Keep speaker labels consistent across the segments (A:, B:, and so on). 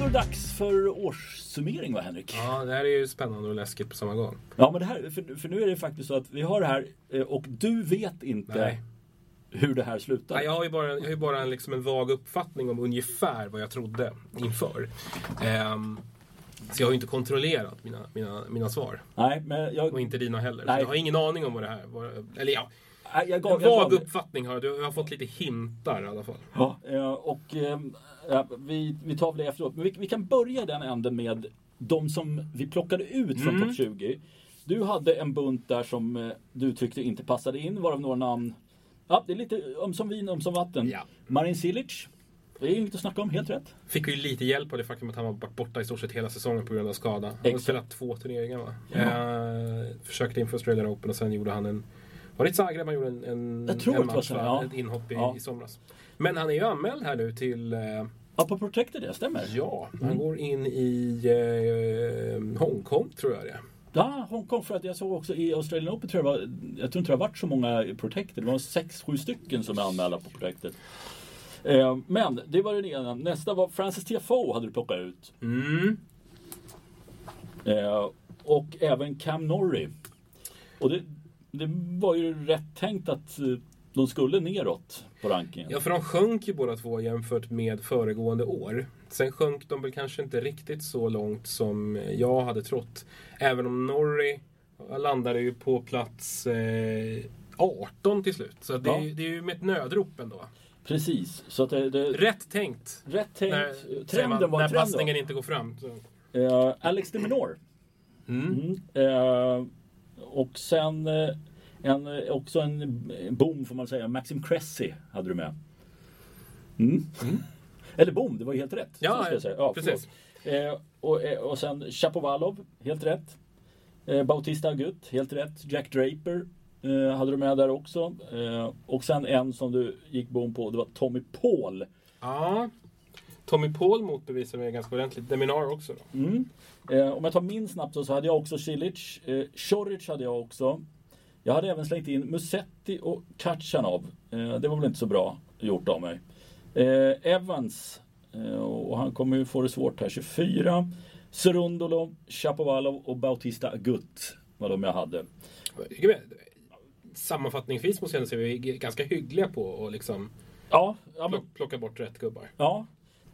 A: nog dags för årssummering va Henrik?
B: Ja, det här är ju spännande och läskigt på samma gång.
A: Ja, men det här, för, för nu är det faktiskt så att vi har det här eh, och du vet inte
B: Nej.
A: hur det här slutar.
B: Ja, jag har ju bara, jag har ju bara en, liksom en vag uppfattning om ungefär vad jag trodde inför. Ehm, så jag har ju inte kontrollerat mina, mina, mina svar.
A: Nej, men jag,
B: Och inte dina heller.
A: Nej.
B: Så jag har ingen aning om vad det här var. Eller ja,
A: nej, jag
B: en
A: gav... Jag
B: vag
A: gav
B: uppfattning har jag. Jag har fått lite hintar i alla fall.
A: ja, eh, och eh, ja, vi, vi tar väl det efteråt. Men vi, vi kan börja i den änden med de som vi plockade ut från
B: Mm.
A: topp 20. Du hade en bunt där som eh, du tyckte inte passade in, varav några namn. Ja, det är lite ömsom vin, ömsom vatten.
B: Ja.
A: Marin Cilic. Det är inget att snacka om, helt rätt.
B: Fick ju lite hjälp av det faktum att han var bort- borta i stort sett hela säsongen på grund av skada. Han har
A: Exakt.
B: spelat två turneringar va? Eh, försökte inför Australian Open och sen gjorde han en... Var det i Zagreb han gjorde en, en,
A: Jag tror
B: en
A: att det var så, ja.
B: Ett inhopp i,
A: Ja.
B: i somras. Men han är ju anmäld här nu till... Eh,
A: Ja, på Protected, det stämmer.
B: ja,
A: Mm.
B: han går in i eh, Hongkong tror jag det är.
A: Ja, Hongkong för att jag såg också i Australian Open tror jag, var, jag tror inte det har varit så många i Protected. Det var sex, sju stycken som är anmälda på Protected. Eh, Men det var den ena. Nästa var Francis TFO hade du plockat ut.
B: Mm.
A: Eh, Och även Cam Norrie. Och det, det var ju rätt tänkt att eh, de skulle neråt på rankingen.
B: Ja, för de sjönk ju båda två jämfört med föregående år. Sen sjönk de väl kanske inte riktigt så långt som jag hade trott. Även om Norrie landade ju på plats eh, 18 till slut. Så det, är, ju-
A: Ja.
B: det är ju med ett nödrop ändå.
A: Precis, så att det, det,
B: Rätt tänkt.
A: rätt tänkt.
B: När, säger
A: trenden
B: man,
A: var
B: när
A: en trend.
B: passningen
A: då.
B: inte går fram. Så.
A: Eh, Alex de Minaur.
B: Mm.
A: Mm. Eh, och sen eh, en, eh, också en boom får man säga. Maxim Cressy hade du med. Mm. Eller boom, det var ju helt rätt.
B: Ja,
A: Så ska jag säga.
B: precis.
A: förlåt. Eh, och, eh, och sen Chapovalov, helt rätt. Eh, Bautista Agut, helt rätt. Jack Draper eh, hade du med där också. Eh, och sen en som du gick boom på, det var Tommy Paul.
B: Ja. Tommy Paul motbevisar mig ganska ordentligt. Deminar också då.
A: Mm. Eh, om jag tar min snabbt så så hade jag också Cilic. Eh, Choric hade jag också. Jag hade även slängt in Musetti och Kachanov. Eh, det var väl inte så bra gjort av mig. Eh, Evans, eh, och han kommer ju få det svårt här, 24. Serundolo, Chapovalov och Bautista Agut var de jag hade.
B: Jag vet, Sammanfattningsvis måste jag ändå säga att vi är ganska hyggliga på att liksom
A: Ja, ja, men,
B: plock- plocka bort rätt gubbar.
A: ja.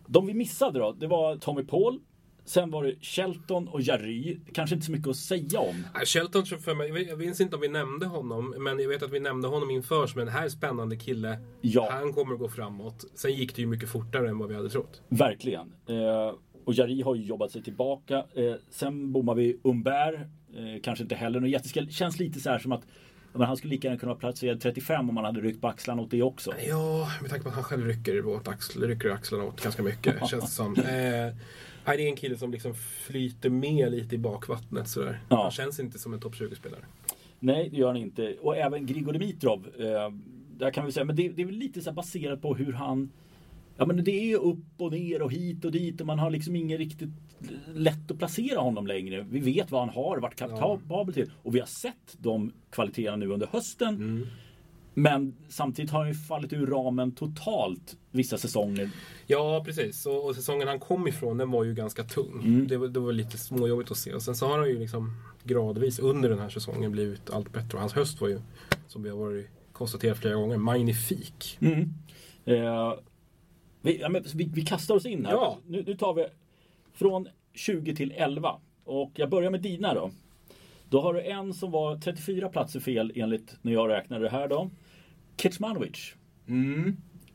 A: De vi missade då, det var Tommy Paul. Sen var det Shelton och Jarry. Kanske inte så mycket att säga om.
B: Ja, Äh, Shelton, tror jag för mig, jag minns inte om vi nämnde honom, men jag vet att vi nämnde honom inför som en här spännande kille.
A: Ja.
B: Han kommer att gå framåt. Sen gick det ju mycket fortare än vad vi hade trott.
A: Verkligen. Eh, och Jari har ju jobbat sig tillbaka. Eh, sen bommar vi Umber. Eh, kanske inte heller något jätteskäll. Känns lite så här som att ja, men han skulle lika gärna kunna vara placerad 35 om han hade ryckt på axlarna åt det också.
B: Ja, med tanke på att han själv rycker, åt axl, rycker axlarna åt ganska mycket, känns det som. Eh, nej, det är en kille som liksom flyter med lite i bakvattnet sådär.
A: Ja.
B: Han känns inte som en topp 20-spelare.
A: Nej, det gör han inte. Och även Grigor Dimitrov. Eh, där kan vi säga, men det, det är väl lite så här baserat på hur han... Ja, men det är ju upp och ner och hit och dit och man har liksom ingen riktigt lätt att placera honom längre. Vi vet vad han har varit kapabel till och vi har sett de kvaliteterna nu under hösten. Men samtidigt har han ju fallit ur ramen totalt vissa säsonger.
B: Ja, precis. Och, och säsongen han kom ifrån, den var ju ganska tung. Det, var, det var lite småjobbigt att se. Och sen så har han ju liksom gradvis under den här säsongen blivit allt bättre. Och hans höst var ju, som vi har varit konstaterat flera gånger, magnifik.
A: Eh, vi, ja, men, vi, vi kastar oss in här.
B: Ja.
A: Nu, nu tar vi från 20 till 11. Och jag börjar med dina då. Då har du en som var 34 platser fel enligt när jag räknade det här då. Kecmanovic.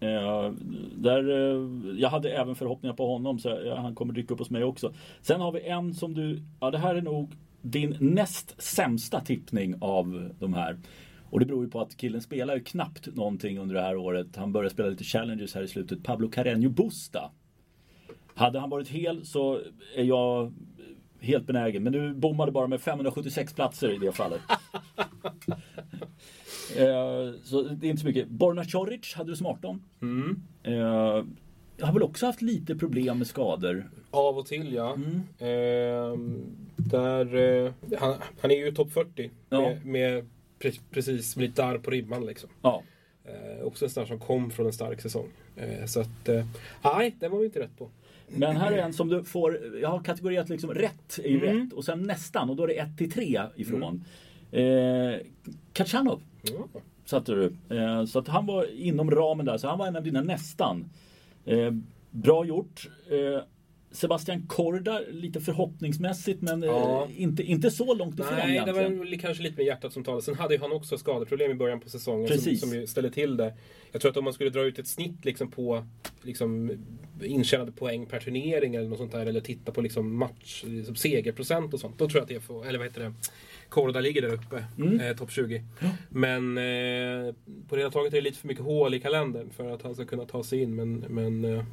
A: Eh, där, eh, jag hade även förhoppningar på honom så jag, han kommer dyka upp hos mig också. Sen har vi en som du, ja det här är nog din näst sämsta tippning av de här. Och det beror ju på att killen spelar ju knappt någonting under det här året. Han började spela lite challenges här i slutet. Pablo Carreño Busta. Hade han varit hel så är jag helt benägen. Men du bommade bara med 576 platser i det fallet. Eh, så det är inte så mycket. Borna Coric hade du som 18. Eh, jag har väl också haft lite problem med skador.
B: Av och till, ja. Ehm, där, eh, han, han är ju topp 40
A: Ja.
B: med, med pre, precis med lite där på ribban liksom.
A: Ja,
B: Eh, också en sån här som kom från en stark säsong. Eh, så att, eh, nej, den var vi inte rätt på.
A: Men här är en som du får, jag har kategorerat liksom rätt är ju
B: Mm.
A: rätt och sen nästan och då är det 1 till 3 ifrån. Eh, Kachanov
B: Mm. Ja.
A: satte du. Eh, så att han var inom ramen där, så han var en av dina nästan. Eh, bra gjort. Eh, Sebastian Korda lite förhoppningsmässigt men eh,
B: Ja.
A: inte, inte så långt ifrån
B: Nej, det
A: egentligen.
B: var väl kanske lite med hjärtat som talade. Sen hade ju han också skadeproblem i början på säsongen som,
A: Precis.
B: som ju ställde till det. Jag tror att om man skulle dra ut ett snitt liksom på liksom, intjänade poäng per turnering eller något sånt där. Eller titta på liksom match, liksom segerprocent och sånt. Då tror jag att det får, eller vad heter det? Korda ligger där uppe,
A: Mm.
B: eh, topp 20. Men eh, på det hela taget är det lite för mycket hål i kalendern för att han ska kunna ta sig in. Men, men eh,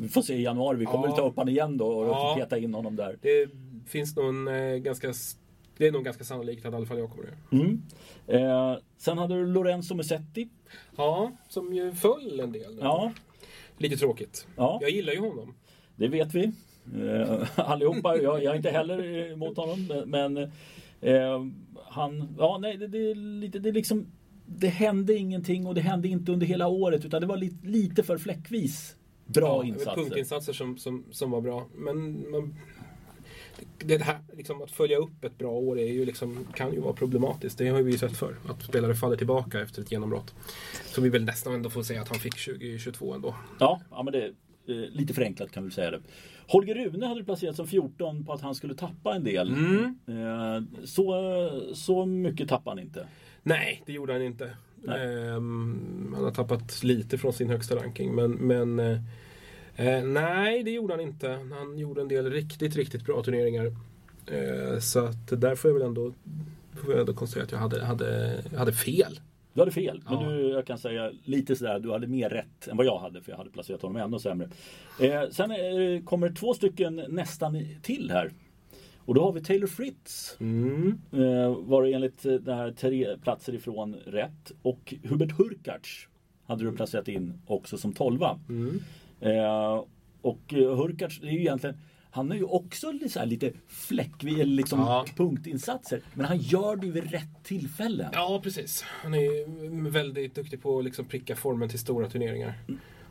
A: Vi får se i januari, vi kommer
B: Ja.
A: väl ta upp honom igen då och
B: Ja.
A: peta in honom där.
B: det finns nog en eh, ganska... s- Det är nog ganska sannolikt att i alla fall jag kommer att göra.
A: Mm. Eh, sen hade du Lorenzo Musetti.
B: Ja, som ju föll en del. nu.
A: Ja,
B: Lite tråkigt.
A: ja
B: Jag gillar ju honom.
A: det vet vi. Eh, allihopa. Jag, jag är inte heller emot honom. men- Men eh, han... Ja, nej, det, det, är lite, det är liksom... Det hände ingenting och det hände inte under hela året utan det var lite, lite för fläckvis bra
B: Ja,
A: insatser.
B: Punktinsatser som, som, som var bra. Men man, det det här, liksom, att följa upp ett bra år är ju liksom, kan ju vara problematiskt. Det har vi ju sett förr. Att spelare faller tillbaka efter ett genombrott. Så vi väl nästan ändå får säga att han fick 2022 ändå.
A: Ja, ja, men det är eh, lite förenklat kan vi säga det. Holger Rune hade placerat som 14 på att han skulle tappa en del.
B: Mm.
A: Eh, så, så mycket tappade han inte.
B: Nej, det gjorde han inte.
A: Nej.
B: Ehm, han har tappat lite från sin högsta ranking. Men, men eh, eh, nej, det gjorde han inte. Han gjorde en del riktigt, riktigt bra turneringar. Eh, så att där får jag väl ändå, får jag ändå konstatera att jag hade, hade, hade fel.
A: Du hade fel, men
B: Ja.
A: du, jag kan säga lite sådär, du hade mer rätt än vad jag hade för jag hade placerat honom ännu sämre. Eh, sen eh, kommer två stycken nästan i- till här. Och då har vi Taylor Fritz,
B: Mm.
A: eh, var det enligt eh, det här tre platser ifrån rätt. Och Hubert Hurkacz hade du placerat in också som tolva.
B: Mm.
A: Eh, och eh, Hurkacz, det är ju egentligen han är ju också li- så här lite fläckvis, liksom
B: Ja.
A: punktinsatser. Men han gör det ju vid rätt tillfällen.
B: Ja, precis. Han är ju väldigt duktig på att liksom pricka formen till stora turneringar.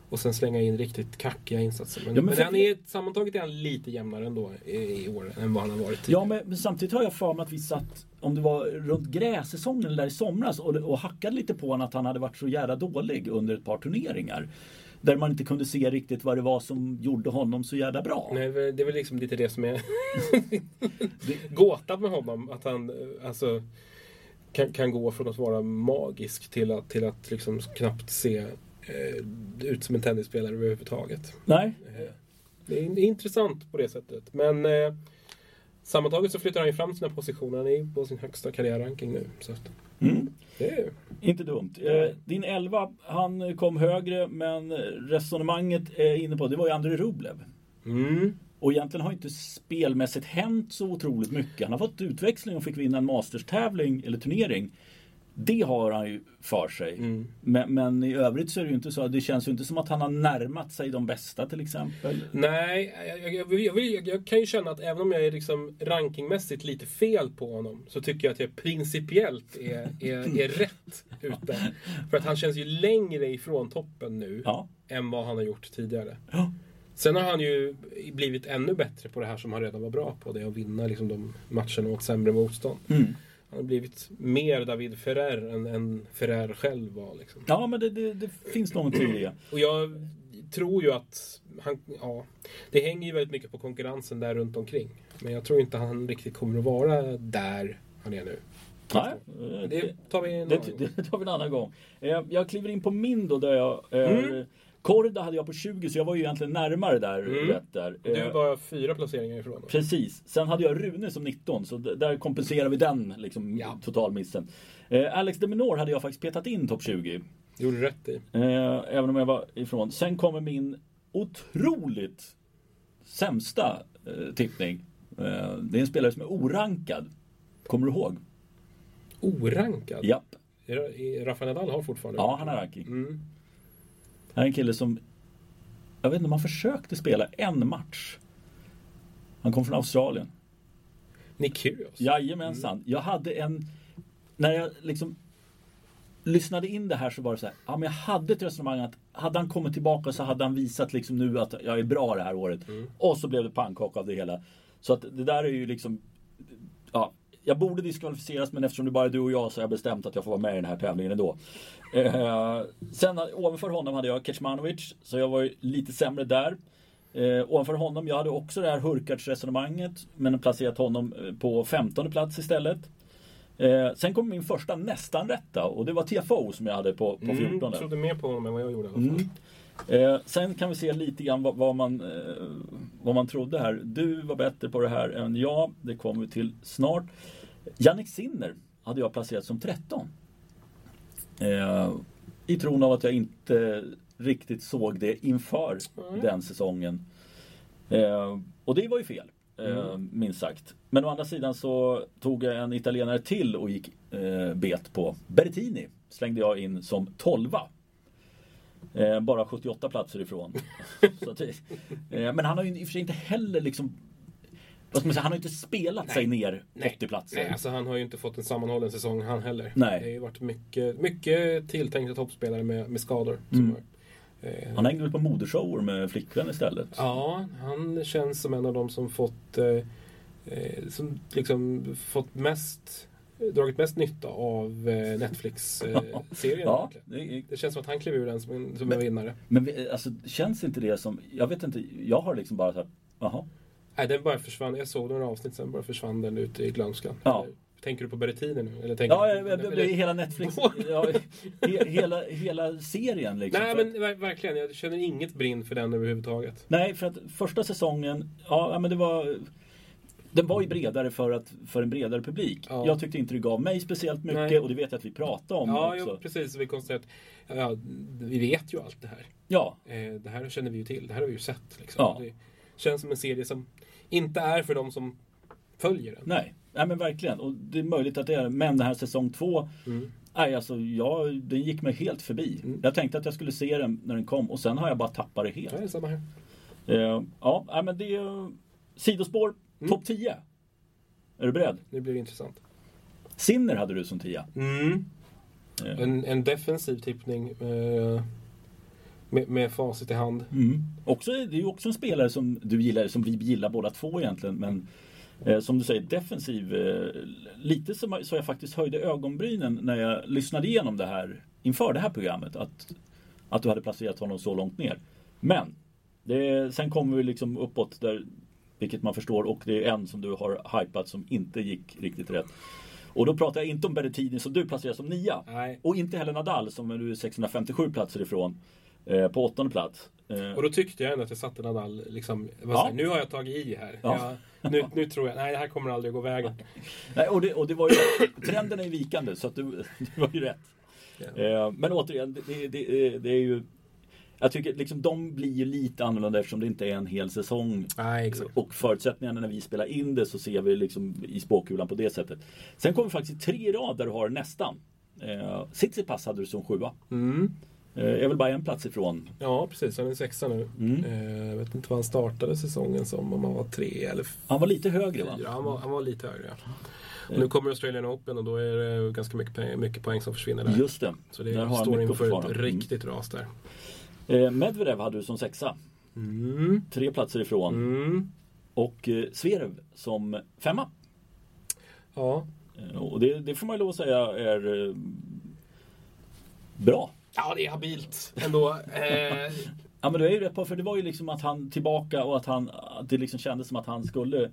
B: Och sen slänga in riktigt kackiga insatser. Men,
A: Mm. Ja, men
B: men,
A: för-
B: han är, sammantaget är han lite jämnare ändå i, i år än vad han har varit
A: Ja, men, men samtidigt har jag för mig att vi satt, om det var runt grässäsongen eller där i somras, och, och hackade lite på honom att han hade varit så jävla dålig under ett par turneringar. Där man inte kunde se riktigt vad det var som gjorde honom så jävla bra.
B: Nej, väl- det är väl liksom lite det som är gåtan med honom. Att han eh, alltså, kan, kan gå från att vara magisk till att, till att liksom knappt se eh, ut som en tennisspelare överhuvudtaget.
A: Nej.
B: Eh, det är in- intressant på det sättet. Men eh, sammantaget så flyttar han ju fram sina positioner. Han är ju på sin högsta karriärranking nu. Så att,
A: Mm.
B: det är,
A: Inte dumt. Eh, din 11, han kom högre men resonemanget är inne på, det var ju Andrei Rublev.
B: mm.
A: Och egentligen har inte spelmässigt hänt så otroligt mycket. Han har fått utväxling och fick vinna en masterstävling eller turnering. Det har han ju för sig.
B: Mm.
A: Men, men i övrigt så är det ju inte så. Det känns ju inte som att han har närmat sig de bästa till exempel.
B: Nej, jag, jag, jag, jag, jag kan ju känna att även om jag är liksom rankingmässigt lite fel på honom så tycker jag att jag principiellt är, är, är rätt ute. För att han känns ju längre ifrån toppen nu
A: Ja,
B: än vad han har gjort tidigare.
A: Ja.
B: Sen har han ju blivit ännu bättre på det här som han redan var bra på. Det är att vinna liksom de matcherna åt sämre motstånd.
A: mm.
B: Han har blivit mer David Ferrer än, än Ferrer själv var. Liksom.
A: ja men det, det, det finns någonting i det.
B: Och jag tror ju att han, ja, det hänger ju väldigt mycket på konkurrensen där runt omkring. Men jag tror inte han riktigt kommer att vara där han är nu.
A: Nej, eh,
B: Det tar vi en
A: det,
B: annan gång.
A: det tar vi en annan gång. Eh, Jag kliver in på min då där jag... eh, Korda hade jag på 20 så jag var ju egentligen närmare där
B: Mm.
A: rätt där. Eh,
B: Du är bara fyra placeringar ifrån.
A: Precis. Sen hade jag Rune som 19 så d- där kompenserar vi den liksom,
B: Ja.
A: totalmissen. Eh, Alex de Minor hade jag faktiskt petat in topp 20.
B: Det gjorde du rätt i.
A: Eh, även om jag var ifrån. Sen kommer min otroligt sämsta eh, tippning. Eh, det är en spelare som är orankad. Kommer du ihåg?
B: Orankad?
A: Japp.
B: Ra- i- Rafa Nadal har fortfarande
A: Ja, han har ranking.
B: Mm.
A: Han är en kille som... Jag vet inte om han försökte spela en match. Han kom från Australien.
B: Nick Kyrgios?
A: Jajamensan. Jag hade en... När jag liksom lyssnade in det här så var det så här, ja men jag hade ett resonemang att hade han kommit tillbaka så hade han visat liksom nu att jag är bra det här året. Och så blev det pannkaka av det hela. Så att det där är ju liksom, ja, jag borde diskvalificeras men eftersom det bara är du och jag så har jag bestämt att jag får vara med i den här tävlingen ändå. Eh, sen eh, ovanför honom hade jag Kecmanovic, så jag var ju lite sämre där. Eh, ovanför honom, jag hade också det här Hurkacz-resonemanget men placerat honom eh, på 15 plats istället. Eh, sen kom min första nästan rätta och det var TFO som jag hade på, på 14.
B: Mm,
A: där. Mm.
B: trodde mer på honom än vad jag gjorde i alla fall.
A: Eh, sen kan vi se lite grann vad, vad, man, eh, vad man trodde här. Du var bättre på det här än jag. Det kommer vi till snart. Jannik Sinner hade jag placerat som 13. Eh, I tron av att jag inte riktigt såg det inför den säsongen. Eh, och det var ju fel, eh, minst sagt. Men å andra sidan så tog jag en italienare till och gick eh, bet på Berrettini. Slängde jag in som 12. Eh, bara 78 platser ifrån. så att, det- eh, men han har ju i och för sig inte heller liksom vad ska man säga, han har ju inte spelat sig ner 80 platser.
B: Nej, alltså han har ju inte fått en sammanhållen säsong han heller.
A: Nej.
B: Det har ju varit mycket, mycket tilltänkta toppspelare med, med skador. Som har-
A: Mm.
B: eh,
A: Han hängde väl på modershower med flickvän istället.
B: Ja, han känns som en av de som fått eh, eh, som liksom fått mest dragit mest nytta av eh, Netflix-serien.
A: Ja, det är-
B: Det känns som att han klev ur den som en, som en vinnare.
A: men vi- alltså, känns inte det som... Jag vet inte, jag har liksom bara så här, jaha.
B: Nej, den bara försvann. Jag såg några avsnitt, sen bara försvann den ut i glömskan.
A: Ja.
B: Tänker du på Berrettini nu? Eller tänker
A: Ja,
B: du
A: jag-
B: på,
A: jag- jag-
B: eller-
A: hela Netflix,
B: Vår-
A: ja, he, hela, hela serien liksom.
B: Nej,
A: För-
B: men ver- verkligen. Jag känner inget brinn för den överhuvudtaget.
A: Nej, för att första säsongen, ja ja, men det var... Den var ju bredare för, att, för en bredare publik.
B: Ja.
A: Jag tyckte inte det gav mig speciellt mycket
B: Nej.
A: och det vet jag att vi pratade om
B: Ja,
A: också.
B: jo, precis. Vi konstaterar att ja, vi vet ju allt det här.
A: Ja,
B: Eh, Det här känner vi ju till. Det här har vi ju sett. Liksom.
A: Ja.
B: Det känns som en serie som inte är för de som följer den.
A: nej. Nej men verkligen. Och det är möjligt att det är Men den här säsong två. Nej alltså jag, den gick mig helt förbi.
B: Mm.
A: Jag tänkte att jag skulle se den när den kom och sen har jag bara tappat det helt.
B: Ja, det är samma här.
A: Eh, ja, nej, men det är sidospår.
B: Mm.
A: Topp 10. Är du beredd?
B: Nu blir det intressant.
A: Sinner hade du som 10.
B: Mm.
A: Eh,
B: En, en defensiv tippning eh, med, med facit i hand.
A: Mm. Också, det är ju också en spelare som du gillar, som vi gillar båda två egentligen. Men eh, som du säger, defensiv. Eh, lite som så jag faktiskt höjde ögonbrynen när jag lyssnade igenom det här inför det här programmet. Att, att du hade placerat honom så långt ner. Men det, sen kommer vi liksom uppåt där, vilket man förstår. Och det är en som du har hypat som inte gick riktigt rätt. Och då pratar jag inte om Berrettini som du placerar som nia.
B: Nej.
A: Och inte heller Nadal som du är 657 platser ifrån. Eh, på åttonde plats. Eh,
B: Och då tyckte jag ändå att jag satte Nadal liksom, jag var
A: Ja.
B: så här, nu har jag tagit i här.
A: Ja.
B: Jag, nu, nu tror jag, nej det här kommer aldrig att gå vägen.
A: Nej, och, det, och det var ju, trenden är ju vikande så att du, du var ju rätt. Eh, men återigen, det, det, det, det är ju... Jag tycker liksom de blir ju lite annorlunda eftersom det inte är en hel säsong.
B: Nej, exakt.
A: Och förutsättningarna när vi spelar in det så ser vi liksom i spåkulan på det sättet. Sen kommer vi faktiskt tre i rad där du har nästan. Eh, Tsitsipas hade du som sjua.
B: Mm.
A: Eh, jag är väl bara en plats ifrån.
B: Ja, precis. Han är sexa nu.
A: Mm.
B: Eh, jag vet inte vad han startade säsongen som, om han var tre eller
A: Han var lite högre va?
B: fyra. Han var, han var lite högre. Och
A: Eh.
B: nu kommer Australian Open och då är det ganska mycket, pe- mycket poäng som försvinner där.
A: Just det.
B: Så det
A: där har han
B: står
A: mycket att
B: inför
A: försvara.
B: ett
A: Mm.
B: riktigt ras där.
A: Eh, Medvedev hade du som sexa. Tre platser ifrån.
B: Mm.
A: Och eh, Zverev som femma.
B: Ja.
A: Eh, Och det, det får man ju lov att säga är eh, bra.
B: ja, det är habilt ändå. Eh,
A: Ja men du är ju rätt på, för det var ju liksom att han tillbaka och att han att det liksom kändes som att han skulle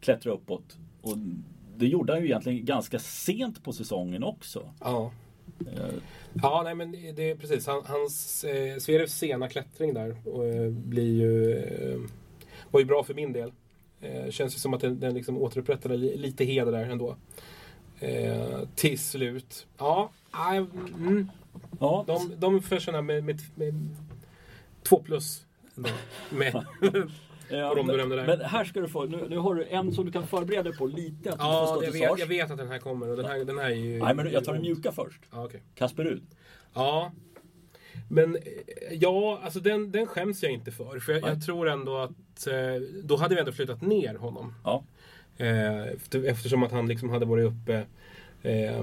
A: klättra uppåt. Och det gjorde han ju egentligen ganska sent på säsongen också.
B: ja. Ja, nej men det är precis. Han, hans eh, Sverevs sena klättring där eh, blir ju, eh, var ju bra för min del. Eh, känns ju som att den, den liksom återupprättade li, lite heder där ändå. Eh, till slut. Ja, nej, mm,
A: Ja,
B: de, de får känna med, med, med två plus. ändå. Med,
A: eh,
B: vad de
A: men,
B: nämnde där.
A: men här ska du få, nu, nu har du en som du kan förbereda dig på lite. Att du får
B: ja,
A: stå
B: jag
A: till
B: vet,
A: svars.
B: jag vet att den här kommer. Och den här, den här är ju,
A: Nej men jag tar den mjuka först.
B: Ja, okej.
A: Kasper Rud.
B: Ja. Men eh, ja, alltså den, den skäms jag inte för. För jag, jag tror ändå att eh, då hade vi ändå flyttat ner honom.
A: Ja.
B: Eh, efter- Eftersom att han liksom hade varit uppe eh,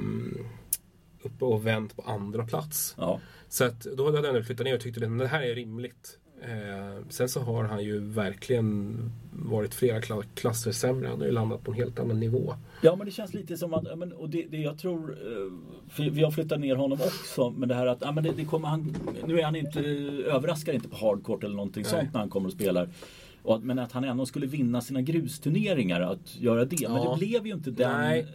B: uppe och vänt på andra plats.
A: Ja.
B: Så att då hade jag ändå flyttat ner och tyckte att det här är rimligt. Eh, sen så har han ju verkligen varit flera kla- klasser sämre. Han har ju landat på en helt annan nivå.
A: Ja, men det känns lite som att, ja, men, och det, det jag tror, eh, för vi har flyttat ner honom också, men det här att, ja, men det, det kommer han, nu är han inte, överraskar inte på hardcourt eller någonting sånt när han kommer och spelar. Och att, men att han ändå skulle vinna sina grusturneringar, att göra det. Men
B: Ja.
A: det blev ju inte den.
B: Nej.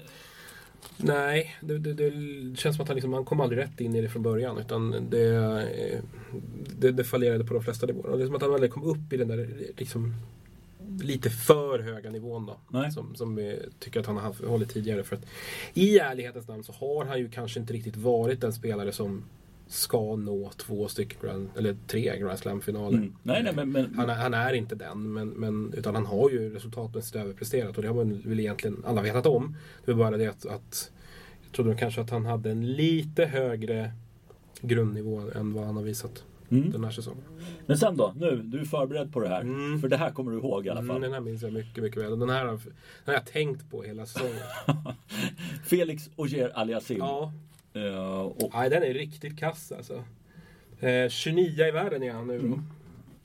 B: Nej, det, det, det känns som att han, liksom, han kom aldrig rätt in i det från början. Utan det, eh, det, det fallerade på de flesta nivåer. Och det är som att han aldrig kom upp i den där liksom, lite för höga nivån då.
A: Nej.
B: Som, som vi tycker att han har haft- hållit tidigare. För att, I ärlighetens namn så har han ju kanske inte riktigt varit den spelare som ska nå två stycken, grand, eller tre Grand Slam-finaler.
A: Mm. Nej, nej, men, men
B: Han är, han är inte den, men, men, utan han har ju resultatmässigt överpresterat och det har man väl egentligen alla vetat om. Det var bara det att, att jag trodde nog kanske att han hade en lite högre grundnivå än vad han har visat
A: Mm.
B: den här säsongen.
A: Men sen då, nu, du är förberedd på det här. För det här kommer du ihåg i alla fall.
B: Mm, den här minns jag mycket, mycket väl. Den här, har- den här har jag tänkt på hela säsongen.
A: Felix Ogier Aliasim.
B: ja,
A: Eh, och,
B: nej, den är riktigt kass alltså. Eh, 29 i världen är han nu.
A: Mm.
B: då.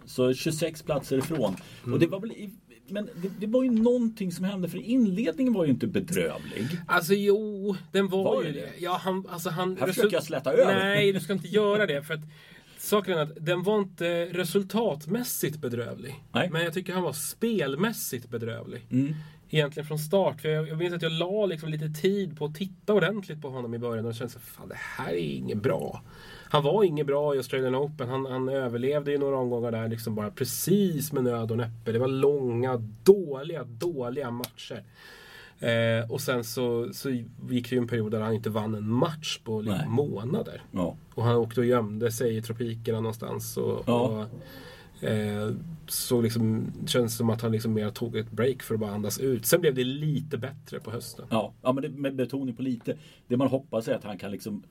A: så 26 platser ifrån.
B: Mm.
A: Och det var väl i, men det, det var ju någonting som hände för inledningen var ju inte bedrövlig.
B: Alltså jo, den var,
A: Var
B: ju
A: det
B: det.
A: det?
B: Ja, han, alltså, han,
A: Här försöker jag släta över.
B: Nej, du ska inte göra det. För att, saken är att den var inte resultatmässigt bedrövlig.
A: Nej.
B: Men jag tycker han var spelmässigt bedrövlig.
A: Mm.
B: Egentligen från start. För jag, jag minns att jag la liksom lite tid på att titta ordentligt på honom i början och kände så här, fan det här är inget bra. Han var inget bra i Australian Open. Han, han överlevde i några omgångar där liksom bara precis med nöd och näppe. Det var långa, dåliga, dåliga matcher. Eh, och sen så, så gick det ju en period där han inte vann en match på liksom
A: Nej.
B: månader.
A: Ja.
B: Och han åkte och gömde sig i tropikerna någonstans. Och,
A: Ja.
B: och, eh, så liksom, känns som att han liksom mer tog ett break för att bara andas ut. Sen blev det lite bättre på hösten.
A: Ja, ja men det, med betoning på lite. Det man hoppas är att han kan liksom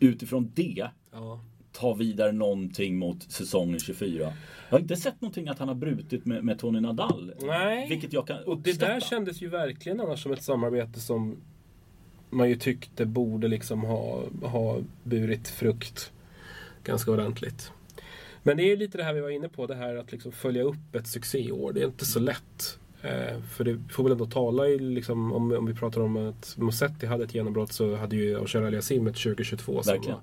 A: utifrån det
B: Ja.
A: ta vidare någonting mot säsongen 24. Jag har inte sett någonting att han har brutit med, med Tony Nadal.
B: Nej.
A: Vilket jag kan
B: Och det där
A: uppskatta.
B: kändes ju verkligen annars som ett samarbete som man ju tyckte borde liksom ha, ha burit frukt ganska ordentligt. Men det är ju lite det här vi var inne på, det här att liksom följa upp ett succéår. Det är inte så lätt. Eh, för det får väl ändå tala i, liksom, om, om vi pratar om att Mosetti hade ett genombrott så hade ju Aushar Aliasim ett 2022 som
A: Verkligen.
B: var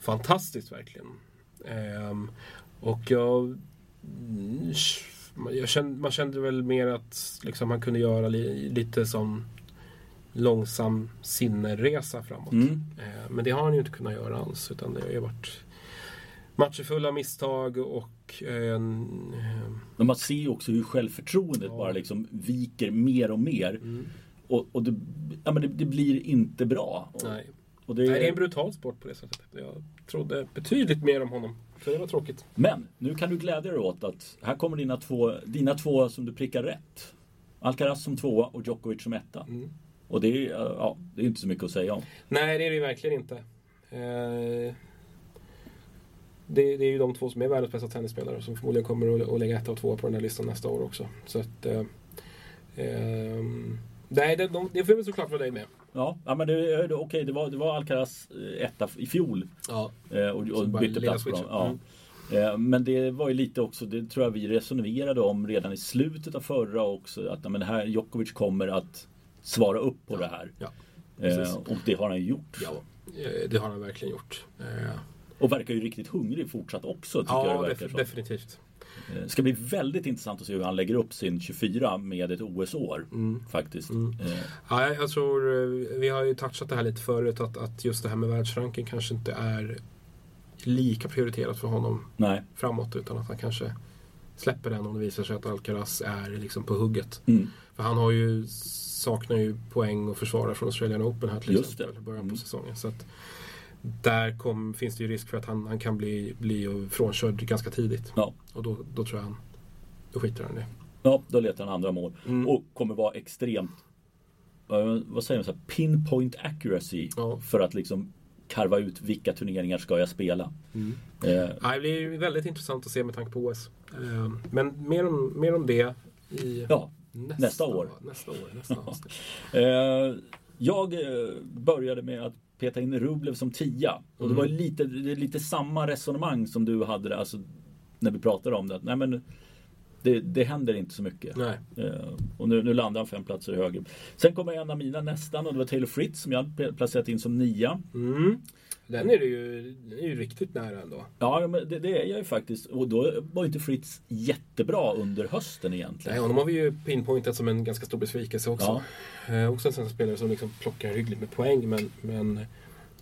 B: fantastiskt verkligen. Ehm, och jag Mm, Jag kände, man kände väl mer att liksom, han kunde göra li, lite som långsam sinneresa framåt.
A: Mm.
B: Eh, men det har han ju inte kunnat göra alls. Utan det har ju varit matcher fulla av misstag och eh, en, eh,
A: Men man ser ju också hur självförtroendet
B: Ja. Mm.
A: bara liksom viker mer och mer. Och, och det, ja, men det, det blir inte bra. Och,
B: nej.
A: och det,
B: Nej, det är en brutal sport på det sättet. Jag trodde betydligt mer om honom. Så det var tråkigt.
A: Men nu kan du glädja dig åt att här kommer dina två, dina två som du prickar rätt. Alcaraz som tvåa och Djokovic som etta.
B: Mm.
A: Och det är, eh, ja, det är inte så mycket att säga om.
B: Nej, det är det ju verkligen inte. Eh, det, det är ju de två som är världens bästa tennisspelare som förmodligen kommer att, att lägga ett och två på den här listan nästa år också. Så att... Eh, ehm, nej, det, de, det får jag väl såklart vara nöjd med.
A: Ja, ja men det, är- det, okej, det var, det var Alcaraz eh, etta i fjol
B: Ja.
A: eh, och, och
B: Så bara
A: bytte
B: lilla
A: plats på dem.
B: switchen. Mm.
A: Ja. Eh, Men det var ju lite också, det tror jag vi resonerade om redan i slutet av förra också, att ja, men det här, Djokovic kommer att svara upp på det här.
B: Ja, precis.
A: Eh, och det har han ju gjort.
B: ja eh, det har han verkligen gjort. Eh,
A: Och verkar ju riktigt hungrig fortsatt också. Tycker jag
B: ja,
A: det
B: def,
A: verkar som.
B: definitivt.
A: Eh, ska bli väldigt intressant att se hur han lägger upp sin 24 med ett OS-år.
B: Mm.
A: Faktiskt. Eh,
B: Ja, jag- jag tror, eh, vi har ju touchat det här lite förut, att, att just det här med världsranking kanske inte är lika prioriterat för honom
A: nej.
B: framåt utan att han kanske släpper den om det visar sig att Alcaraz är liksom på hugget.
A: Mm.
B: För han har ju, saknar ju poäng och försvara från Australian Open här till
A: Just
B: exempel
A: det.
B: i början på
A: Mm.
B: säsongen. Så att där kom, finns det ju risk för att han, han kan bli, bli frånkörd ganska tidigt.
A: Ja.
B: Och då, då tror jag han, då skiter han i det.
A: ja, då letar han andra mål.
B: Mm.
A: Och kommer vara extremt, eh, vad säger man, så här, pinpoint accuracy.
B: Ja.
A: För att liksom karva ut vilka turneringar ska jag spela. Eh,
B: Ja, det blir ju väldigt intressant att se med tanke på OS. Eh, Men mer om, mer om det i
A: ja.
B: nästa,
A: nästa år.
B: Nästa år, nästa avsnitt.
A: Eh, jag eh, började med att peta in Rublev som tia. Och det var ju lite, det är lite samma resonemang som du hade alltså, när vi pratade om det. Att, Nej, men det, det händer inte så mycket.
B: Nej.
A: Eh, och nu, nu landar han fem platser högre. Sen kommer en av mina nästan och det var Taylor Fritz som jag hade placerat in som nia.
B: Mm. Den är det ju, den är ju riktigt nära ändå.
A: Ja, men det, det är jag ju faktiskt. Och då var ju inte Fritz jättebra under hösten egentligen.
B: Nej, honom har vi ju pinpointat som en ganska stor besvikelse också. Eh, också en sån här spelare som liksom plockar hyggligt med poäng men, men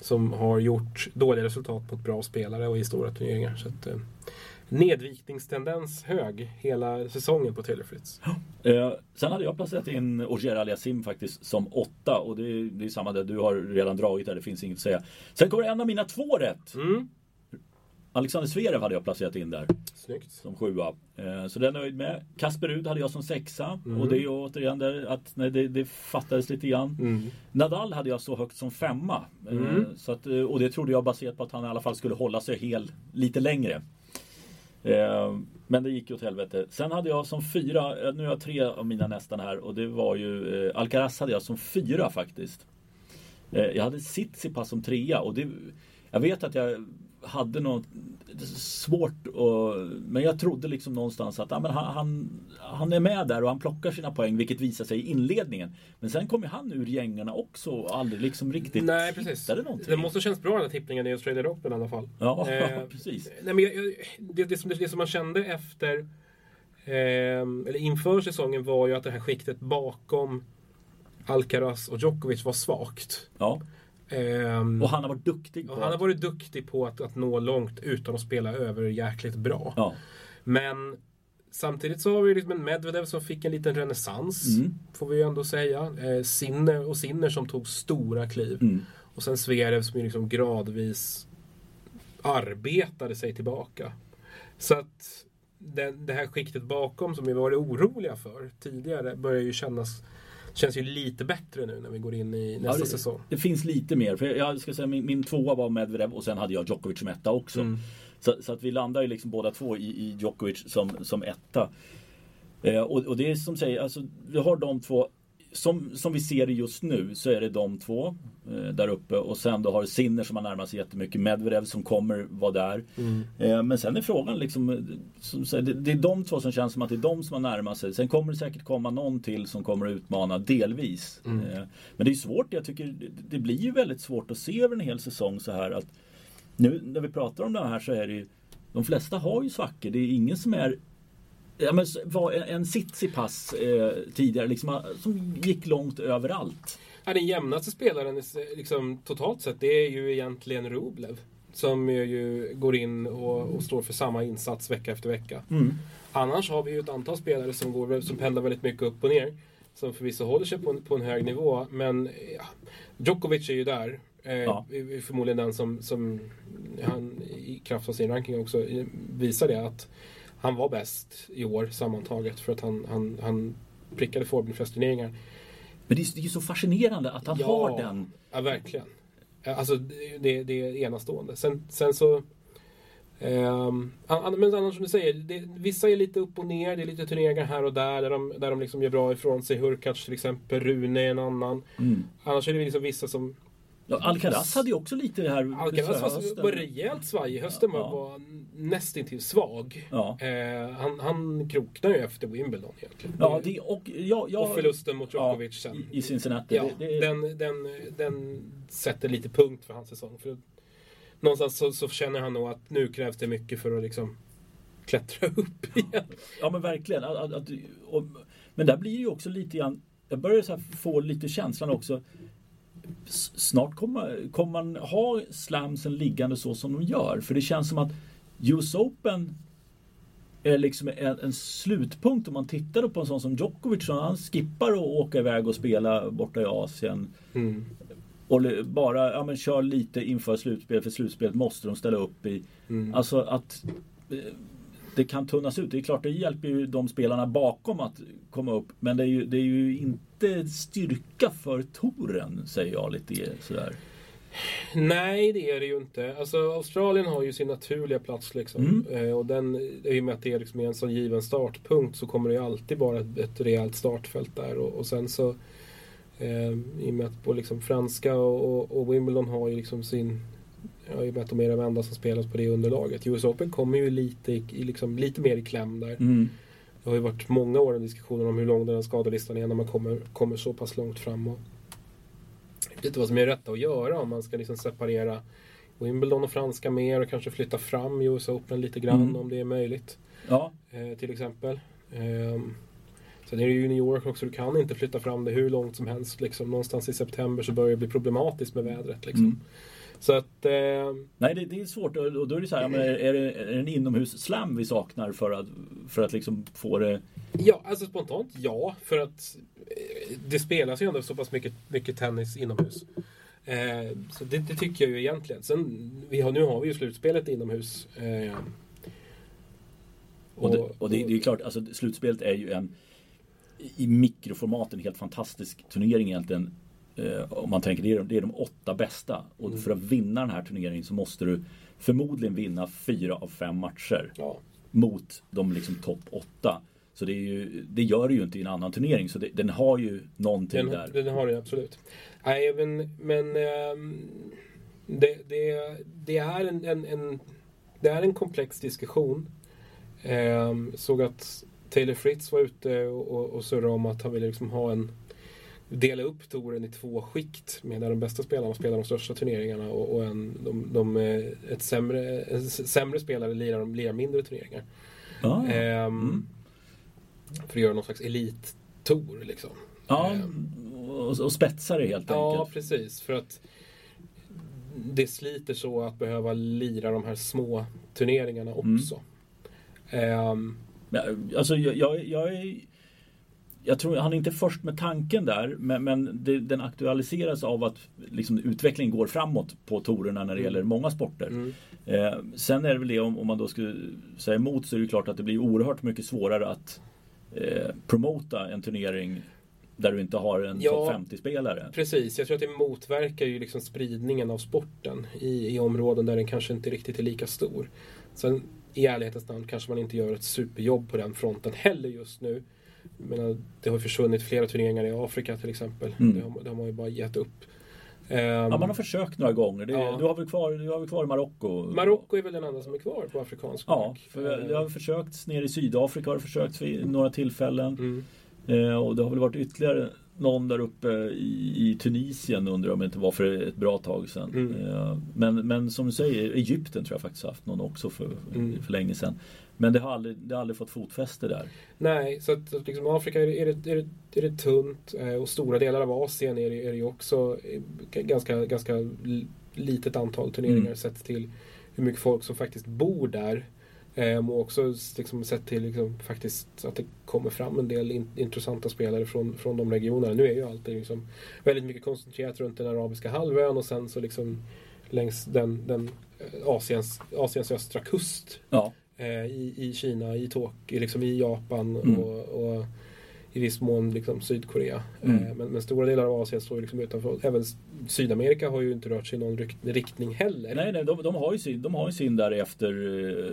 B: som har gjort dåliga resultat mot bra spelare och i stora turneringar. Så att, eh, nedvikningstendens hög hela säsongen på Taylor Fritz.
A: Eh, sen hade jag placerat in Ogier Aliasim faktiskt som åtta och det är, det är samma där, du har redan dragit där, det finns inget att säga. Sen kommer en av mina två rätt!
B: Mm.
A: Alexander Zverev hade jag placerat in där
B: Snyggt.
A: som sjua. Eh, så den är jag nöjd med. Kasper Rud hade jag som sexa och det är ju återigen där att nej, det, det fattades lite grann.
B: Mm.
A: Nadal hade jag så högt som femma. Eh, så att, eh, och det trodde jag baserat på att han i alla fall skulle hålla sig hel lite längre. Eh, men det gick ju åt helvete. Sen hade jag som fyra, eh, nu har jag tre av mina nästan här och det var ju eh, Alcaraz hade jag som fyra faktiskt. Eh, jag hade Tsitsipas som trea och det, jag vet att jag hade något svårt och, men jag trodde liksom någonstans att ja, men han, han, han är med där och han plockar sina poäng vilket visar sig i inledningen. Men sen kom ju han ur gängorna också och aldrig liksom riktigt
B: Nej, precis.
A: hittade någonting.
B: Det måste känns bra den här tippningen i Australian Open i alla fall.
A: Ja,
B: Eh,
A: precis.
B: Nej, men jag, jag, det, det, som, det som man kände efter, ehm, eller inför säsongen var ju att det här skiktet bakom Alcaraz och Djokovic var svagt.
A: Ja.
B: Ehm,
A: Och han har varit duktig.
B: och
A: på
B: han har
A: att-
B: varit duktig på att, att nå långt utan att spela över jäkligt bra.
A: Ja.
B: Men samtidigt så har vi liksom en Medvedev som fick en liten renässans.
A: Mm.
B: Får vi ju ändå säga. Eh, Sinner och Sinner som tog stora kliv.
A: Mm.
B: Och sen Zverev som ju liksom gradvis arbetade sig tillbaka. Så att den, det här skiktet bakom som vi varit oroliga för tidigare börjar ju kännas Känns ju lite bättre nu när vi går in i nästa
A: Ja, det,
B: säsong.
A: Det finns lite mer. För jag- jag ska säga, min, min tvåa var Medvedev och sen hade jag Djokovic som etta också.
B: Mm.
A: Så, så att vi landar ju liksom båda två i, i Djokovic som, som etta. Eh, och, och det är som säger, alltså, vi har de två. Som, som vi ser det just nu så är det de två eh, där uppe och sen då har du Sinner som har närmat sig jättemycket. Medvedev som kommer vara där. Eh, men sen är frågan liksom, eh, som, säger, det, det är de två som känns som att det är de som har närmat sig. Sen kommer det säkert komma någon till som kommer att utmana delvis. Eh, men det är svårt, jag tycker det, det blir ju väldigt svårt att se över en hel säsong så här att nu när vi pratar om det här så är det ju De flesta har ju svackor. Det är ingen som är Ja, men s- var en- en Tsitsipas eh, tidigare liksom, eh, som gick långt överallt.
B: Ja, den jämnaste spelaren eh, liksom, totalt sett det är ju egentligen Rublev. Som ju- ju går in och, och står för samma insats vecka efter vecka.
A: Mm.
B: Annars har vi ju ett antal spelare som, går, som pendlar väldigt mycket upp och ner. Som förvisso håller sig på en, på en hög nivå. Men eh, ja, Djokovic är ju där. Eh,
A: Ja.
B: är- är Förmodligen den som, som han i kraft av sin ranking också eh, visar det. Att han var bäst i år sammantaget. För att han, han, han prickade Forbin flest turneringar.
A: Men det är, det är ju så fascinerande att han har den.
B: Ja, verkligen. Alltså, det, det- det är enastående. Sen, sen så... ehm, an- an- men annars som du säger, det, vissa är lite upp och ner. Det är lite turneringar här och där där de, där de liksom gör bra ifrån sig. Hurkacz till exempel, Rune är en annan. Annars är det liksom vissa som...
A: Mm. Ja, Alcaraz hade ju också lite det här
B: Alcaraz var,
A: hösten.
B: var rejält svajig. Hösten var,
A: Ja.
B: var nästintill svag.
A: Ja.
B: Eh, han, han kroknade ju efter Wimbledon egentligen.
A: Ja, det, och, ja, ja,
B: och förlusten mot
A: ja,
B: Djokovic sen.
A: i, i Cincinnati.
B: Ja,
A: det, det,
B: Den, den, den sätter lite punkt för hans säsong. För någonstans så, så känner han nog att nu krävs det mycket för att liksom klättra upp igen.
A: Ja men verkligen. Att, att, att, och, men där blir det ju också lite grann, jag börjar så här få lite känslan också. s- Snart kommer, kommer man ha slamsen liggande så som de gör. För det känns som att US Open är liksom en, en slutpunkt om man tittar på en sån som Djokovic. Så han skippar att åka iväg och spela borta i Asien. Mm. Och le- bara ja, men kör lite inför slutspel för slutspelet måste de ställa upp i. Alltså att eh, det kan tunnas ut. Det är klart det hjälper ju de spelarna bakom att komma upp. Men det är ju, det är ju inte styrka för toren säger jag lite sådär.
B: Nej, det är det ju inte. Alltså, Australien har ju sin naturliga plats. Liksom. Eh, och den, I och med att det är liksom en sån given startpunkt så kommer det ju alltid vara ett, ett rejält startfält där. Och, och sen så Eh, I och med att både liksom franska och, och, och Wimbledon har ju liksom sin... Ja, I och med att de är de enda som spelas på det underlaget. US Open kommer ju lite, i, i liksom, lite mer i kläm där.
A: Mm.
B: Det har ju varit många år en diskussion om hur lång den här skadelistan är när man kommer, kommer så pass långt fram. Och jag vet inte vad som är rätt att göra om man ska liksom separera Wimbledon och franska mer och kanske flytta fram US Open lite grann
A: Mm.
B: om det är möjligt.
A: Ja,
B: Eh, till exempel. Ehm, sen är det ju i New York också, du kan inte flytta fram det hur långt som helst. Liksom. Någonstans i september så börjar det bli problematiskt med vädret. Liksom.
A: Mm.
B: Så att... Eh,
A: nej det, det är svårt och och då är det så här, ja, men är, är det är det en inomhusslam vi saknar för att, för att liksom få det...
B: Ja, alltså spontant ja. För att eh, det spelas ju ändå så pass mycket, mycket tennis inomhus. Eh, så det, det tycker jag ju egentligen. Sen, vi har, nu har vi ju slutspelet inomhus. Eh,
A: Och, det, och det, det är klart, alltså slutspelet är ju en i- i mikroformat en helt fantastisk turnering egentligen. Eh, om man tänker, det är, de- det är de åtta bästa. Och
B: Mm.
A: för att vinna den här turneringen så måste du förmodligen vinna fyra av fem matcher
B: ja.
A: mot de liksom topp åtta. Så det, är ju, det gör det ju inte i en annan turnering. Så det, den har ju någonting
B: Den,
A: där.
B: den har det absolut. Nej, men, men ehm, det, det, det, är en, en, en, det är en komplex diskussion. Ehm, såg att Taylor Fritz var ute och, och, och surrade om att han ville liksom ha en dela upp touren i två skikt med där de bästa spelarna spelar de största turneringarna och, och en, de, de, eh, ett sämre, en s- sämre spelare lirar, de- lirar mindre turneringar.
A: Ah,
B: Ehm,
A: Mm.
B: För att göra någon slags elittour liksom.
A: ja,
B: ehm.
A: och, och spetsar det helt
B: Ja,
A: enkelt.
B: precis. För att det sliter så att behöva lira de här små turneringarna
A: Mm.
B: också. Ehm,
A: Men, Alltså, jag, jag, jag är... Jag tror han är inte först med tanken där men, men det, den aktualiseras av att liksom, utvecklingen går framåt på torerna när det gäller många sporter.
B: Mm.
A: Eh, sen är det väl det om, om man då skulle säga emot så är det ju klart att det blir oerhört mycket svårare att eh, promota en turnering där du inte har en
B: Ja.
A: topp 50-spelare.
B: precis, jag tror att det motverkar ju liksom spridningen av sporten i, i områden där den kanske inte riktigt är lika stor. Sen i ärlighetens namn kanske man inte gör ett superjobb på den fronten heller just nu. Jag menar, det har försvunnit flera turneringar i Afrika till exempel.
A: Mm.
B: Det, har, det har man ju bara gett upp. Ehm,
A: Ja, man har försökt några gånger. Det,
B: Ja.
A: du, har väl kvar, du har väl kvar Marocko?
B: Marocko är väl den enda som är kvar på afrikansk
A: Ja,
B: mark.
A: för
B: Ehm,
A: det har försökts nere i Sydafrika har det försökts vid några tillfällen.
B: mm.
A: Eh, och det har väl varit ytterligare någon där uppe i, i Tunisien undrar jag om det inte var för ett bra tag sedan.
B: Mm.
A: Eh, men, men som du säger, Egypten tror jag faktiskt har haft någon också för,
B: Mm.
A: för länge sedan. Men det har, aldrig, det har aldrig fått fotfäste där.
B: Nej, så att att liksom Afrika är det, är det, är det, är det tunt eh, och stora delar av Asien är det, är det ju också eh, g- ganska, ganska l- litet antal turneringar
A: Mm.
B: sett till hur mycket folk som faktiskt bor där. Eh, Och också s- liksom sett till liksom faktiskt att det kommer fram en del in, intressanta spelare från, från de regionerna. Nu är ju allting liksom väldigt mycket koncentrerat runt den arabiska halvön och sen så liksom längs den, den eh, Asiens, Asiens östra kust
A: Ja,
B: eh, i, i Kina, i, Tok, i liksom i Japan
A: Mm.
B: och, och i viss mån liksom Sydkorea.
A: Mm.
B: Eh, Men, men stora delar av Asien står ju liksom utanför. Även S- Sydamerika har ju inte rört sig i någon rykt- riktning heller.
A: nej, nej de, de har ju sin, de har ju sin där efter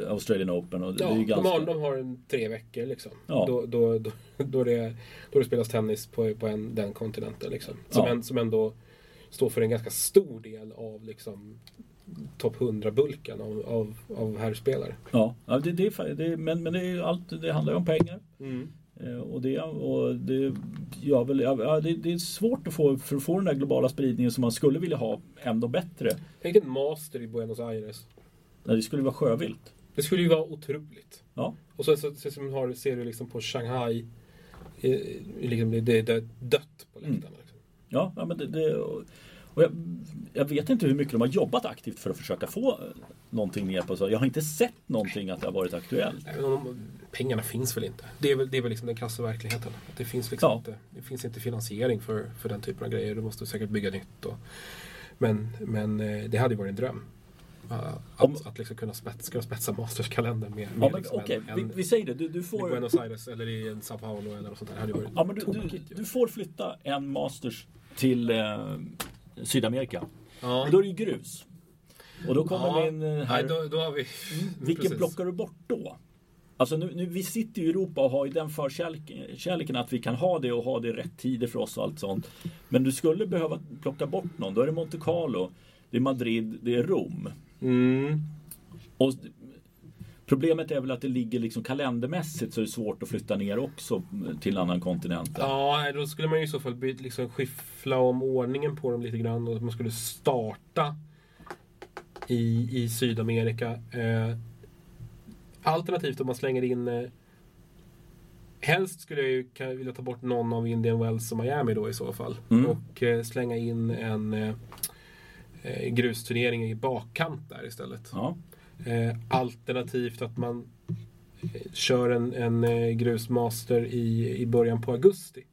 A: eh, Australian Open. Och det,
B: Ja,
A: det är ju ganska...
B: de, har, de har en tre veckor liksom.
A: Ja.
B: Då, då, då, då, det, då det spelas tennis på, på en, den kontinenten. Liksom. Som,
A: Ja.
B: en, som ändå står för en ganska stor del av liksom, topp 100-bulken av, av, av herrspelare.
A: Ja, ja, det, det, är fa- det, men, men det, är ju allt, det handlar ju om pengar. Eh, Och det, och det, ja, väl, ja, det, det är svårt att få, för att få den där globala spridningen som man skulle vilja ha ändå bättre.
B: Tänk en master i Buenos Aires.
A: Nej, det skulle vara sjövilt.
B: Det skulle ju vara otroligt.
A: Ja.
B: Och sen så, så, så har, du- ser du liksom på Shanghai, eh, liksom det, det, det är dött på
A: Mm.
B: läktarna. Liksom.
A: Ja, ja, men det, det, och jag, jag vet inte hur mycket de har jobbat aktivt för att försöka få eh, någonting ner på så. Jag har inte sett någonting att det har varit aktuellt.
B: Även om de- pengarna finns väl inte. Det är väl, det är väl liksom den krassa verkligheten. Att Det finns, liksom
A: Ja.
B: inte, det finns inte finansiering för, för den typen av grejer. Du måste säkert bygga nytt. Och, men, men eh, det hade ju varit en dröm. Eh, Att,
A: Om-
B: att liksom kunna spetsa, spetsa Masterskalendern med, med
A: Ja, men
B: liksom
A: okej,
B: en,
A: vi,
B: en,
A: vi säger det. Du, du
B: i
A: får,
B: Buenos Aires eller i en Sao Paulo eller något sånt där. Det hade ju varit
A: ja, men du, du,
B: tokigt ju.
A: du får flytta en Masters till eh, Sydamerika.
B: ja.
A: Men då är det ju grus. Och då kommer
B: Ja.
A: min eh,
B: Nej,
A: herr...
B: då, då har vi...
A: Vilken
B: Precis.
A: plockar du bort då? Alltså nu, nu, vi sitter ju i Europa och har ju den förkärleken att vi kan ha det och ha det i rätt tider för oss och allt sånt. Men du skulle behöva plocka bort någon. Då är det Monte Carlo, det är Madrid, det är Rom.
B: Mm.
A: Och Problemet är väl att det ligger liksom kalendermässigt så är det svårt att flytta ner också till en annan kontinent.
B: Ja, då skulle man ju i så fall by- liksom skiffla om ordningen på dem lite grann. Och att man skulle starta i, i Sydamerika. Eh, alternativt om man slänger in... Eh, helst skulle jag ju kan, vilja ta bort någon av Indian Wells och Miami då i så fall.
A: Mm.
B: Och eh, slänga in en eh, eh, grusturnering i bakkant där istället.
A: Ja.
B: Eh, alternativt att man eh, kör en, en eh, grusmaster i, i början på augusti.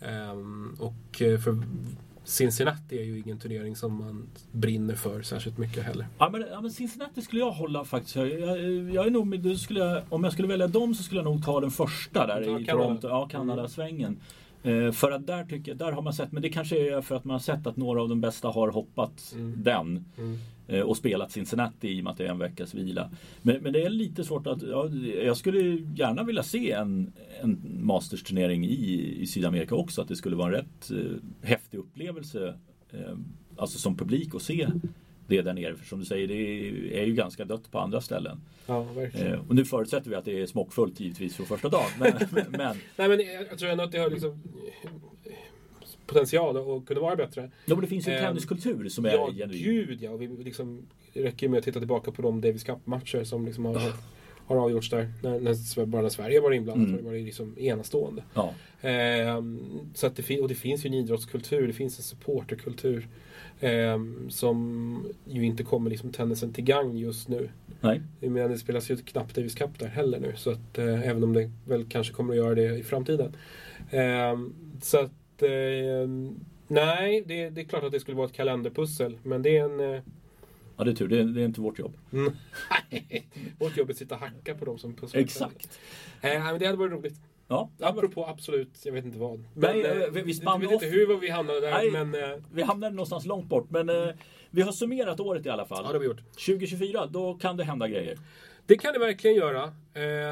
B: Ehm, och eh, för Cincinnati är ju ingen turnering som man brinner för särskilt mycket heller.
A: Ja, men, ja, men Cincinnati skulle jag hålla faktiskt. Jag, jag, jag är nog, med- då skulle jag, om jag skulle välja dem så skulle jag nog ta den första där
B: Ja,
A: i
B: Kanada.
A: Toronto. Ja, Kanadasvängen. Eh, för att där tycker jag, där har man sett, men det kanske är för att man har sett att några av de bästa har hoppat den. eh, Och spelat Cincinnati i och med att det är en veckas vila. Men, men det är lite svårt att... Ja, jag skulle gärna vilja se en, en Masters-turnering i, i Sydamerika också. Att det skulle vara en rätt eh, häftig upplevelse. Eh, alltså som publik att se det där nere. För som du säger, det är ju ganska dött på andra ställen.
B: Ja, verkligen.
A: Eh, och nu förutsätter vi att det är smockfullt givetvis från första dagen. Men, men
B: Nej, men eh, jag, jag tror ändå att det har liksom eh, potential att kunna vara bättre.
A: ja, men det finns ju en
B: Eh,
A: tenniskultur som är
B: Ja,
A: genuin.
B: gud ja. Och vi liksom, det räcker ju med att titta tillbaka på de Davis Cup-matcher som liksom har, har avgjorts där. När, när, bara när Sverige var inblandat
A: Mm.
B: har det varit liksom enastående.
A: Ja.
B: Ehm, så att det, fin- och det finns ju en idrottskultur, det finns en supporterkultur ehm, som ju inte kommer liksom tennisen till gagn just nu.
A: Nej.
B: Jag menar, det spelas ju knappt Davis Cup där heller nu, så att, eh, även om det väl kanske kommer att göra det i framtiden. Ehm, så att, ehm, nej, det, det är klart att det skulle vara ett kalenderpussel, men det är en... Eh,
A: ja, det är tur. Det är, det är inte vårt jobb.
B: nej, vårt jobb är att sitta och hacka på dem som pusslar.
A: Exakt.
B: Eh, nej, men det hade varit roligt.
A: Ja,
B: Apropå absolut, jag vet inte vad.
A: Nej,
B: eh,
A: vi- vi spann
B: Jag vet
A: off.
B: inte hur vi hamnade där,
A: Nej.
B: men... eh,
A: Vi hamnade någonstans långt bort men eh, vi har summerat året i alla fall.
B: Ja, det har vi gjort.
A: 2024, då kan det hända grejer.
B: Det kan det verkligen göra.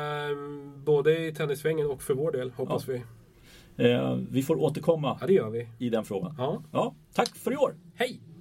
B: Ehm, både i tennissvängen och för vår del, hoppas vi.
A: Eh, vi får återkomma
B: Ja, det gör vi.
A: i den frågan.
B: Ja.
A: Ja, tack för i år!
B: Hej!